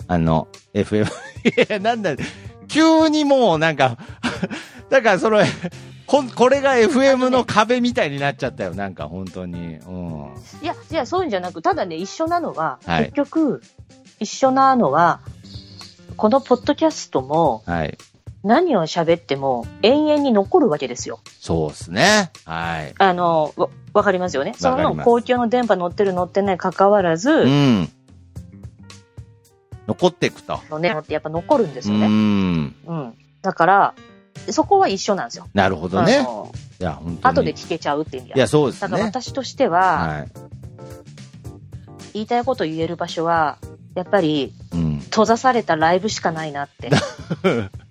[SPEAKER 2] あの、FM、い や、なんだ、急にもうなんか、 だからその、ほんこれが FM の壁みたいになっちゃったよ、なんか本当に。うん。
[SPEAKER 4] いや、いや、そういうんじゃなく、ただね、一緒なのは、
[SPEAKER 2] はい
[SPEAKER 4] 結局、一緒なのは、このポッドキャストも、
[SPEAKER 2] はい。
[SPEAKER 4] 何を喋っても、永遠に残るわけですよ。
[SPEAKER 2] そうですね。はい。
[SPEAKER 4] あの、わ、わかりますよね。そ
[SPEAKER 2] わかります
[SPEAKER 4] の公共の電波乗ってる乗ってない関わらず、
[SPEAKER 2] うん。残っていくと。
[SPEAKER 4] のね、のってやっぱ残るんです
[SPEAKER 2] う
[SPEAKER 4] よね。
[SPEAKER 2] ん。
[SPEAKER 4] うん。だから、そこは一緒なんですよ。
[SPEAKER 2] なるほど
[SPEAKER 4] あ
[SPEAKER 2] ね。
[SPEAKER 4] の
[SPEAKER 2] いや、本当に。
[SPEAKER 4] 後で聞けちゃうっていう意味
[SPEAKER 2] い
[SPEAKER 4] だ。
[SPEAKER 2] や、そうです
[SPEAKER 4] だから
[SPEAKER 2] ね。
[SPEAKER 4] 私としては、
[SPEAKER 2] はい。
[SPEAKER 4] 言いたいこと言える場所は、やっぱり
[SPEAKER 2] うん。
[SPEAKER 4] 閉ざされたライブしかないなって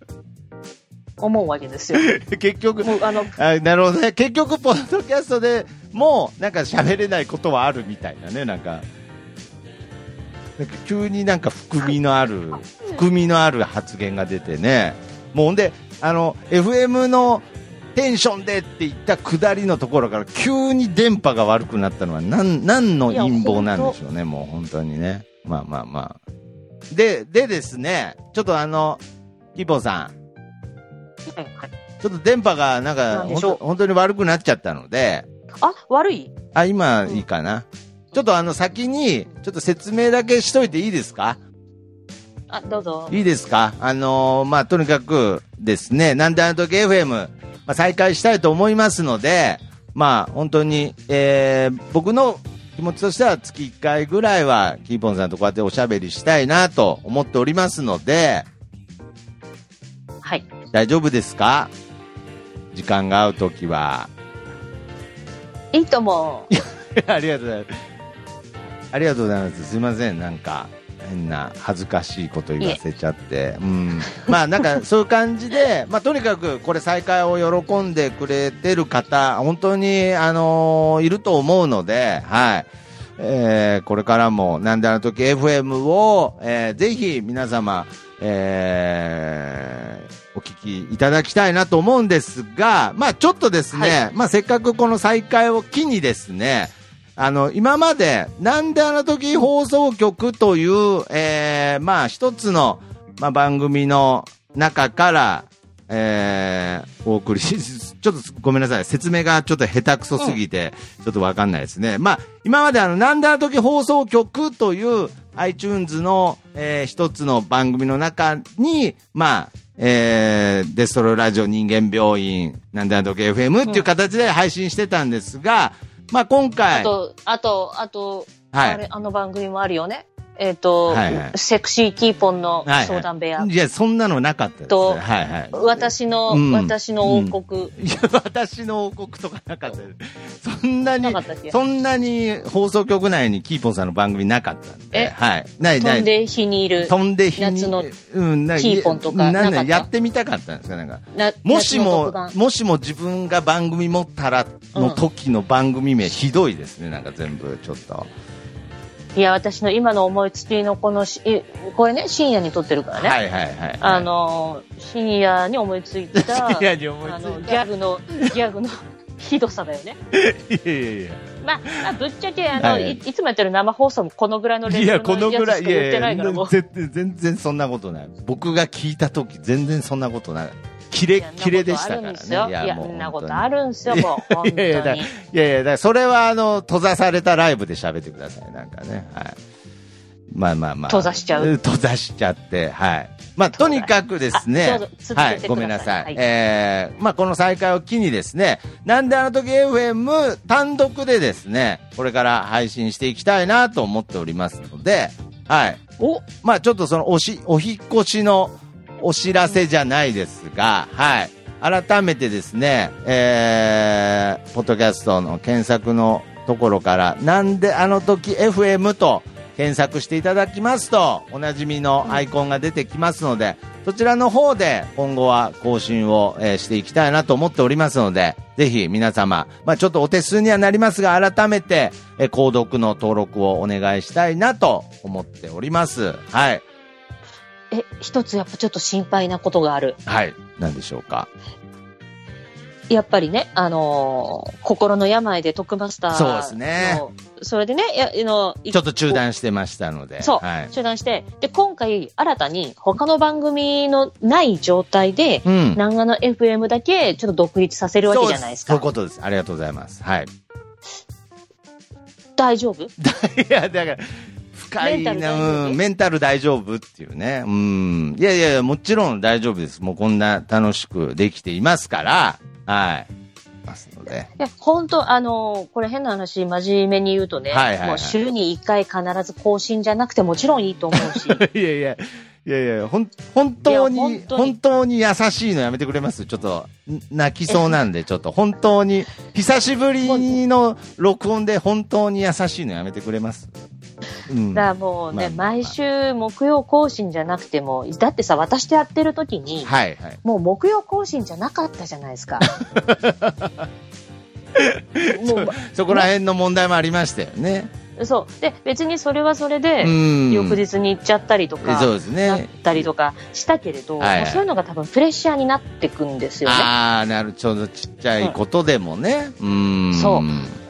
[SPEAKER 4] 思うわけですよ。
[SPEAKER 2] 結局、
[SPEAKER 4] もうあの
[SPEAKER 2] あなるほどね。結局、ポッドキャストでもう、なんか喋れないことはあるみたいなね、なんか。なんか急になんか含みのある、含みのある発言が出てね。もうほんで、あの、FM のテンションでって言った下りのところから急に電波が悪くなったのは何、何の陰謀なんでしょうね、もう本当にね。まあまあまあ。で、でですね、ちょっとあの、キーポンさん、ちょっと電波がなんか
[SPEAKER 4] なん
[SPEAKER 2] ほ
[SPEAKER 4] で
[SPEAKER 2] ん
[SPEAKER 4] しょう
[SPEAKER 2] と本当に悪くなっちゃったので、
[SPEAKER 4] あ悪い
[SPEAKER 2] あ、今いいかな。ちょっとあの先に、ちょっと説明だけしといていいですか
[SPEAKER 4] あどうぞ。
[SPEAKER 2] いいですかあのーまあ、とにかくですね、なんであの時 FM、まあ、再開したいと思いますので、まあ、本当に、えー僕の気持ちとしては月1回ぐらいは、キーポンさんとこうやっておしゃべりしたいなと思っておりますので、
[SPEAKER 4] はい。
[SPEAKER 2] 大丈夫ですか時間が合う時は。
[SPEAKER 4] いいと思う。
[SPEAKER 2] ありがとうございます。ありがとうございます。すいません、なんか、変な、恥ずかしいこと言わせちゃって。うん。まあ、なんか、そういう感じで、 まあ、とにかく、これ再開を喜んでくれてる方、本当に、あのーいると思うので、はい。えーこれからも、なんであの時 FM を、えーぜひ皆様、えーお聞きいただきたいなと思うんですが、まあちょっとですね、まあせっかくこの再開を機にですね、あの、今まで、なんであの時放送局という、えーまあ一つの、まあ番組の中から、えーお送りし、ちょっとごめんなさい。説明がちょっと下手くそすぎて、ちょっとわかんないですね。まあ、今まであの、なんだ時放送局という iTunes の、えー一つの番組の中に、まあ、えーデストロラジオ人間病院、なんだ時 FM っていう形で配信してたんですが、まあ今
[SPEAKER 4] あ
[SPEAKER 2] 回、は
[SPEAKER 4] と、あと、あと、あ
[SPEAKER 2] い。
[SPEAKER 4] れ、あの番組もあるよね。えっ、と、
[SPEAKER 2] はいはい
[SPEAKER 4] セクシーキーポンの
[SPEAKER 2] はい
[SPEAKER 4] 相談部屋。
[SPEAKER 2] いや、そんなのなかったです、ね。は
[SPEAKER 4] と
[SPEAKER 2] いはい。
[SPEAKER 4] 私の、
[SPEAKER 2] うん
[SPEAKER 4] 私の王国。
[SPEAKER 2] いや、私の王国とかなかったです。そんなに
[SPEAKER 4] なかったっけ、
[SPEAKER 2] そんなに放送局内にキーポンさんの番組なかったんで、
[SPEAKER 4] え
[SPEAKER 2] はい。ないな
[SPEAKER 4] 飛
[SPEAKER 2] い。
[SPEAKER 4] んで火にいる。
[SPEAKER 2] 飛んで日に
[SPEAKER 4] 夏の
[SPEAKER 2] うん、な
[SPEAKER 4] キーポンとか
[SPEAKER 2] なんだ
[SPEAKER 4] なかった
[SPEAKER 2] やってみたかったんですか、なんか。
[SPEAKER 4] な
[SPEAKER 2] もしも
[SPEAKER 4] 夏の、特番
[SPEAKER 2] もしも自分が番組持ったらの時の番組名、ひどいですね、なんか全部、ちょっと。
[SPEAKER 4] いや、私の今の思いつきのこのし、いこれね、深夜に撮ってるからね。
[SPEAKER 2] はいはいはいはい。
[SPEAKER 4] あ、のー、深夜に思いつい た、
[SPEAKER 2] いや、に思い
[SPEAKER 4] あ
[SPEAKER 2] つ
[SPEAKER 4] の、
[SPEAKER 2] い
[SPEAKER 4] ギ
[SPEAKER 2] た。
[SPEAKER 4] ャグの、ギャグのひどさだよね。
[SPEAKER 2] いやいやいや。
[SPEAKER 4] まあ、まあ、ぶっちゃけ、あの、
[SPEAKER 2] はいい
[SPEAKER 4] いつもやってる生放送もこのぐらいのレベ
[SPEAKER 2] いや、
[SPEAKER 4] ル
[SPEAKER 2] この
[SPEAKER 4] のや
[SPEAKER 2] ぐ
[SPEAKER 4] つ
[SPEAKER 2] ら
[SPEAKER 4] し
[SPEAKER 2] い、
[SPEAKER 4] か言ってないから、
[SPEAKER 2] い
[SPEAKER 4] も
[SPEAKER 2] や
[SPEAKER 4] う。
[SPEAKER 2] 全然、全然そんなことない。僕が聞いたとき、全然そんなことない。キレッキレでしたからね。
[SPEAKER 4] いや、そんなことあ
[SPEAKER 2] る。
[SPEAKER 4] るんですよ。いや、そんなことある んですよ、もう。本
[SPEAKER 2] いやいや
[SPEAKER 4] 当
[SPEAKER 2] だ
[SPEAKER 4] に。
[SPEAKER 2] いやいや、だからそれは、あの、閉ざされたライブで喋ってください。なんかね。はい。まあまあまあ。
[SPEAKER 4] 閉ざしちゃう
[SPEAKER 2] うん閉ざしちゃって、はい。まあ、とにかくです
[SPEAKER 4] あ
[SPEAKER 2] ね
[SPEAKER 4] どうぞ続けてく。ださ
[SPEAKER 2] はいい、ごめんなさい。
[SPEAKER 4] はい
[SPEAKER 2] えーまあ、この再開を機にですね、なんであの時 FM 単独でですね、これから配信していきたいなと思っておりますので、はい。
[SPEAKER 4] お
[SPEAKER 2] まあちょっとそのおし、お引っ越しのお知らせじゃないですが、はい。改めてですね、えー、ポッドキャストの検索のところから、なんであの時 FM と検索していただきますと、おなじみのアイコンが出てきますので、そちらの方で今後は更新を、えーしていきたいなと思っておりますので、ぜひ皆様、まあちょっとお手数にはなりますが、改めて、えー、購読の登録をお願いしたいなと思っております。はい。
[SPEAKER 4] え、一つやっぱちょっと心配なことがある。
[SPEAKER 2] はい。なんでしょうか。
[SPEAKER 4] やっぱりね、あのー心の病で徳マスターの
[SPEAKER 2] そうですね
[SPEAKER 4] それでね、やあのい
[SPEAKER 2] ちょっと中断してましたので。
[SPEAKER 4] そう、
[SPEAKER 2] はい。
[SPEAKER 4] 中断して、で、今回、新たに他の番組のない状態で、
[SPEAKER 2] うん。
[SPEAKER 4] 南アの FM だけちょっと独立させるわけじゃないです
[SPEAKER 2] そう
[SPEAKER 4] か
[SPEAKER 2] いう。ことです。ありがとうございます。はい。
[SPEAKER 4] 大丈夫
[SPEAKER 2] いや、だから、深い
[SPEAKER 4] メンタル大
[SPEAKER 2] な、
[SPEAKER 4] 丈夫
[SPEAKER 2] うん、メンタル大丈夫っていうね。うん。いやいやいや、もちろん大丈夫です。もうこんな楽しくできていますから、はい。ますので。
[SPEAKER 4] いや、本当あのーこれ変な話、真面目に言うとね、
[SPEAKER 2] はいはいはい
[SPEAKER 4] もう週に1回必ず更新じゃなくてもちろんいいと思うし、
[SPEAKER 2] いやいや、 いやいや、ほん、本当に
[SPEAKER 4] いや本
[SPEAKER 2] 本当
[SPEAKER 4] 当
[SPEAKER 2] に
[SPEAKER 4] に、
[SPEAKER 2] 優しいのやめてくれますちょっと、ん泣きそうなん で、ちょっと、本当に、久しぶりの録音で本当に優しいのやめてくれますうん。
[SPEAKER 4] だからもうね、
[SPEAKER 2] まあまあまあ
[SPEAKER 4] 毎週木曜更新じゃなくても、だってさ、私とやってる時に、
[SPEAKER 2] はいはい。
[SPEAKER 4] もう木曜更新じゃなかったじゃないで すか。も
[SPEAKER 2] そこら辺の問題もありましたよね。
[SPEAKER 4] うそうで別にそれはそれで、
[SPEAKER 2] うん。
[SPEAKER 4] 翌日に行っちゃったりと
[SPEAKER 2] えそう
[SPEAKER 4] か、
[SPEAKER 2] です
[SPEAKER 4] なっ
[SPEAKER 2] ね。
[SPEAKER 4] たりとかしたけれど、
[SPEAKER 2] はいはい
[SPEAKER 4] もうそういうのが多分プレッシャーになってくんですよね。
[SPEAKER 2] ああ、なる、ちょうどちっちゃいことでもね。うん。
[SPEAKER 4] そ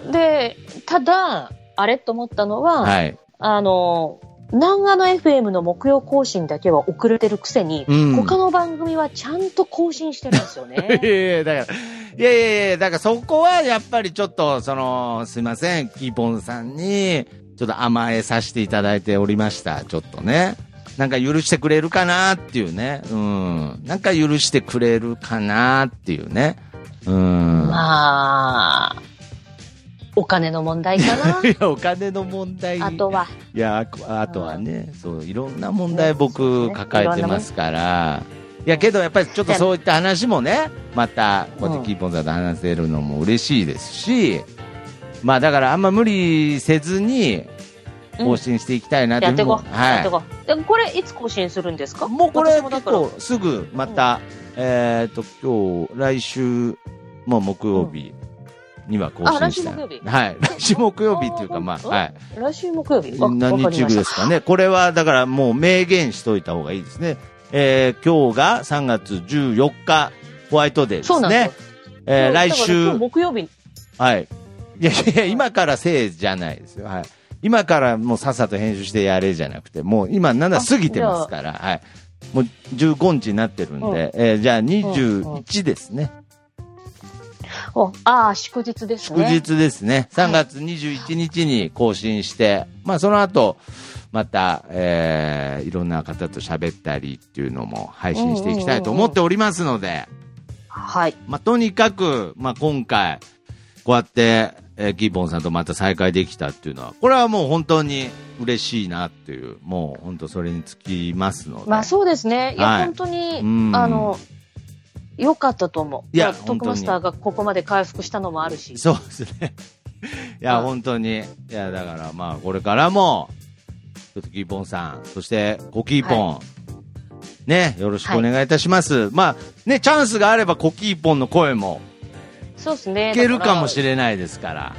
[SPEAKER 4] うでただあれと思ったのは、
[SPEAKER 2] はい。
[SPEAKER 4] あの南アの FM の木曜更新だけは遅れてるくせに、
[SPEAKER 2] うん
[SPEAKER 4] 他の番組はちゃんと更新してるんですよ
[SPEAKER 2] い
[SPEAKER 4] ね。
[SPEAKER 2] やいやいやだから、いやいやいや、だからそこはやっぱりちょっと、その、すいません、キーポンさんに、ちょっと甘えさせていただいておりました、ちょっとね。なんか許してくれるかなっていうね。うん。なんか許してくれるかなっていうね。うん。。
[SPEAKER 4] まあお金の問題かな
[SPEAKER 2] いや、お金の問題。
[SPEAKER 4] あとは、
[SPEAKER 2] いや、あこあとはね、そう、いろんな問
[SPEAKER 4] ね
[SPEAKER 2] 題
[SPEAKER 4] そう
[SPEAKER 2] 僕
[SPEAKER 4] ですね
[SPEAKER 2] 抱えてますから。いや、けどやっぱりちょっとそういった話もね、また、こうやっ
[SPEAKER 4] うん
[SPEAKER 2] てキーポンさんと話せるのも嬉しいですし、まあだからあんま無理せずに、
[SPEAKER 4] うん
[SPEAKER 2] 更新していきたいなってい
[SPEAKER 4] や
[SPEAKER 2] う
[SPEAKER 4] って
[SPEAKER 2] のも、
[SPEAKER 4] いこう。やってい
[SPEAKER 2] は
[SPEAKER 4] こう。でもこれ、いつ更新するんですか
[SPEAKER 2] い。もうこれ
[SPEAKER 4] 私もだ
[SPEAKER 2] 結
[SPEAKER 4] から
[SPEAKER 2] 構すぐまた、えっと、今日、来週、もう木曜日には更新したい。
[SPEAKER 4] あ来週木曜日
[SPEAKER 2] はい。来週木曜日っていうか、 まあ、
[SPEAKER 4] うん
[SPEAKER 2] はい。
[SPEAKER 4] 来週木曜日わ
[SPEAKER 2] 何
[SPEAKER 4] わかり
[SPEAKER 2] 日
[SPEAKER 4] ま
[SPEAKER 2] 分
[SPEAKER 4] し
[SPEAKER 2] で
[SPEAKER 4] た
[SPEAKER 2] すかね、これはだからもう明言しといた方がいいですね、えー、今日が3月14日、ホワイトデーで
[SPEAKER 4] そう
[SPEAKER 2] す
[SPEAKER 4] なんで
[SPEAKER 2] ね
[SPEAKER 4] す、
[SPEAKER 2] えー、来
[SPEAKER 4] だから今
[SPEAKER 2] 週
[SPEAKER 4] 日、木曜日、
[SPEAKER 2] はい、いやいやいや、今からせいじゃないですよ、はい、今からもうさっさと編集してやれじゃなくて、もう今、7過ぎてますから、はい、もう15日になってるんで、
[SPEAKER 4] うん
[SPEAKER 2] えーじゃあ21ですね、
[SPEAKER 4] おああ、祝日です
[SPEAKER 2] 祝
[SPEAKER 4] ね。
[SPEAKER 2] 日ですね。3月21日に更新して、まあその後、また、えー、いろんな方と喋ったりっていうのも配信していきたいと思っておりますので、
[SPEAKER 4] はい。
[SPEAKER 2] まあとにかく、まあ今回、こうやって、えー、キーポンさんとまた再会できたっていうのは、これはもう本当に嬉しいなっていう、もう本当それにつきますので。
[SPEAKER 4] まあそうですね。いや、
[SPEAKER 2] はい
[SPEAKER 4] 本当に、
[SPEAKER 2] うん
[SPEAKER 4] あの、良かったと思う。
[SPEAKER 2] いや
[SPEAKER 4] だからトックマスターがここまで回復したのもあるし。
[SPEAKER 2] そうですね。いや、
[SPEAKER 4] はい
[SPEAKER 2] 本当に。いや、だからまあ、これからも、ちょっとキーポンさん、そして、コキーポン、ね、よろしくお願いいたします。まあ、ね、チャンスがあれば、コキーポンの声も
[SPEAKER 4] そうですね。
[SPEAKER 2] 聞けるかもし
[SPEAKER 4] れ
[SPEAKER 2] れないですから。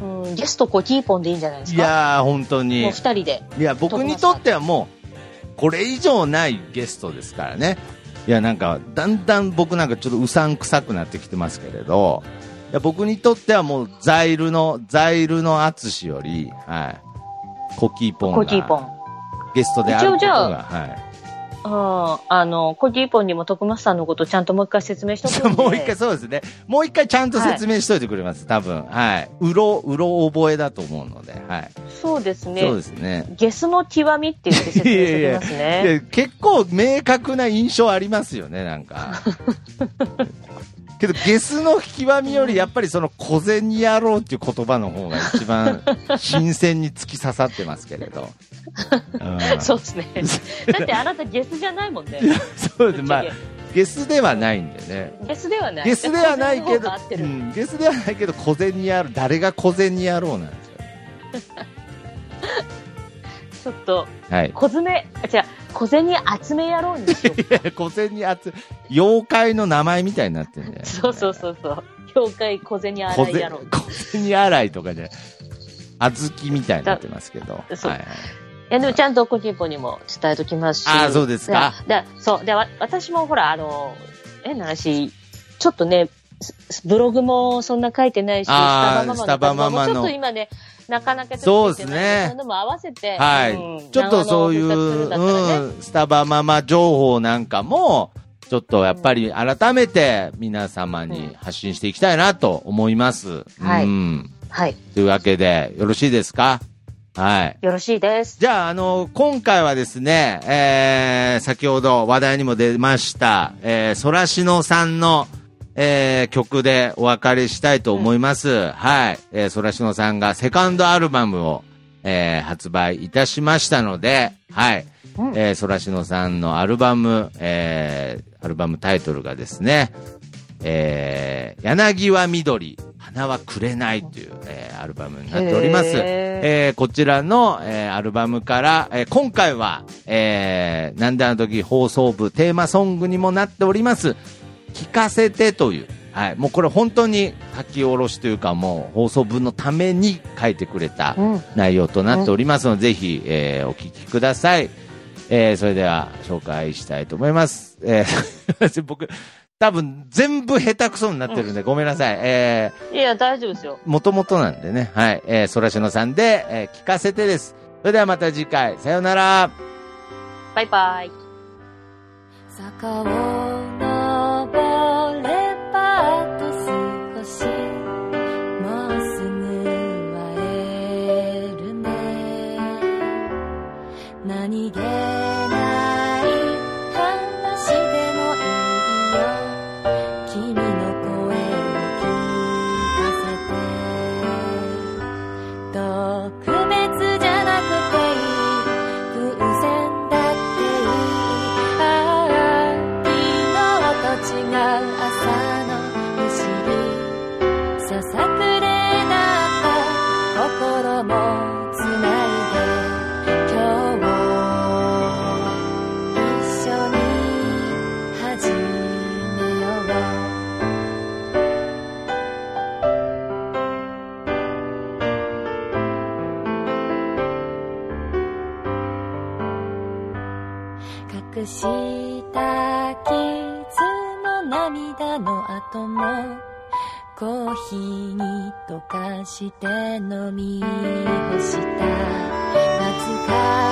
[SPEAKER 4] ない。うん、ゲストこうキーポンでいいんじゃないです
[SPEAKER 2] い
[SPEAKER 4] か。
[SPEAKER 2] やー、本当
[SPEAKER 4] もう
[SPEAKER 2] に。
[SPEAKER 4] 二人で。
[SPEAKER 2] いや、僕にとってはもう、これ以上ないゲストですからね。いや、なんか、だんだん僕なんかちょっとうさんくさくなってきてますけれど、いや僕にとってはもう、ザイルの、ザイルの淳より、はい、コキーポンが
[SPEAKER 4] コキーポン。
[SPEAKER 2] ゲストであること
[SPEAKER 4] 一応じゃ
[SPEAKER 2] が、はい。
[SPEAKER 4] うん。あの、コキーポンにもトックマスターのことちゃんともう一回説明しと
[SPEAKER 2] じ
[SPEAKER 4] く
[SPEAKER 2] ゃあ
[SPEAKER 4] ん で
[SPEAKER 2] もう一回、そうですね。もう一回ちゃんと説明しといてくれます、多分。はい。うろ、うろ覚えだと思うので、はい。
[SPEAKER 4] そうですね。
[SPEAKER 2] そうですね。
[SPEAKER 4] ゲスの極みって言って説明して きますね。
[SPEAKER 2] いや結構明確な印象ありますよねなん かけどゲスの極みよりやっぱりその小銭野郎っていう言葉の方が一番新鮮に突き刺さってますけれ ど、うん
[SPEAKER 4] そうです ね。だってあなたゲスじゃないもんね。
[SPEAKER 2] そうですまあ
[SPEAKER 4] ぶっち
[SPEAKER 2] ゲスではないんでね
[SPEAKER 4] ゃけゲスではない。
[SPEAKER 2] ゲスではないけ
[SPEAKER 4] 小銭の方
[SPEAKER 2] ど
[SPEAKER 4] が合っ、て
[SPEAKER 2] う
[SPEAKER 4] る
[SPEAKER 2] んゲスではないけど小銭野郎誰が小銭野郎なんですよ
[SPEAKER 4] ちょっと
[SPEAKER 2] はい
[SPEAKER 4] 小詰め、あ違う小銭集め野郎にしよう。
[SPEAKER 2] 小銭あつ妖怪の名前みたいになってるんじゃない
[SPEAKER 4] そうそうそうそう。妖怪小銭
[SPEAKER 2] 小
[SPEAKER 4] 洗い
[SPEAKER 2] 銭
[SPEAKER 4] 野郎。
[SPEAKER 2] 小銭洗いとかじゃ小豆みたいになってますけど、はい
[SPEAKER 4] だそう
[SPEAKER 2] はい、
[SPEAKER 4] いやでもちゃんとコキンポにも伝えときますし。
[SPEAKER 2] あーそうですか
[SPEAKER 4] で。でそうでわ私もほらあの変な話ちょっとねすブログもそんな書いてないし、
[SPEAKER 2] あー
[SPEAKER 4] スタバママの
[SPEAKER 2] スタバママの
[SPEAKER 4] 活動もちょっと今ね、なかなか
[SPEAKER 2] そうですね
[SPEAKER 4] そんなのも合わせて、
[SPEAKER 2] はい、
[SPEAKER 4] うん
[SPEAKER 2] ちょっとそういう、
[SPEAKER 4] 長野を復活するんだったらね
[SPEAKER 2] うん、スタバママ情報なんかも、ちょっとやっぱり改めて皆様に発信していきたいなと思います。
[SPEAKER 4] はい
[SPEAKER 2] うん。
[SPEAKER 4] はい。
[SPEAKER 2] というわけで、よろしいですかはい。
[SPEAKER 4] よろしいです。
[SPEAKER 2] じゃあ、あの、今回はですね、えー、先ほど話題にも出ました、えー、ソラシノさんの、えー、曲でお別れしたいと思います。はい。えー、ソラシノさんがセカンドアルバムを、えー、発売いたしましたので、はい。
[SPEAKER 4] うん
[SPEAKER 2] えー、ソラシノさんのアルバム、えー、アルバムタイトルがですね、えー、柳は緑、花は紅という、えー、アルバムになっております。
[SPEAKER 4] へ
[SPEAKER 2] えーこちらの、えーアルバムから、えー今回は、えー、なんであの時放送部テーマソングにもなっております、聞かせてという、はい、もうこれ本当に書き下ろしというかもう放送部のために書いてくれた
[SPEAKER 4] うん
[SPEAKER 2] 内容となっておりますので、ぜひ、えーお聞きください。えーそれでは紹介したいと思います。えー 僕、多分全部下手くそになってるんで、ごめんなさい。えー
[SPEAKER 4] いや、大丈夫ですよ。
[SPEAKER 2] もともとなんでね。はい。えー、そらしのさんで、えー聞かせてです。それではまた次回、さようなら。
[SPEAKER 4] バイバイ。
[SPEAKER 5] 坂を登ればあと少しもうすぐ会えるね何気ない話でもいいよ君の声を聞かせて特別じゃなくていい偶然だっていいああ昨日と今日と違う朝の不思議ささくれだった心もつないで今日を一緒に始めよう隠した傷も涙の後も コーヒーに溶かして飲み干した懐か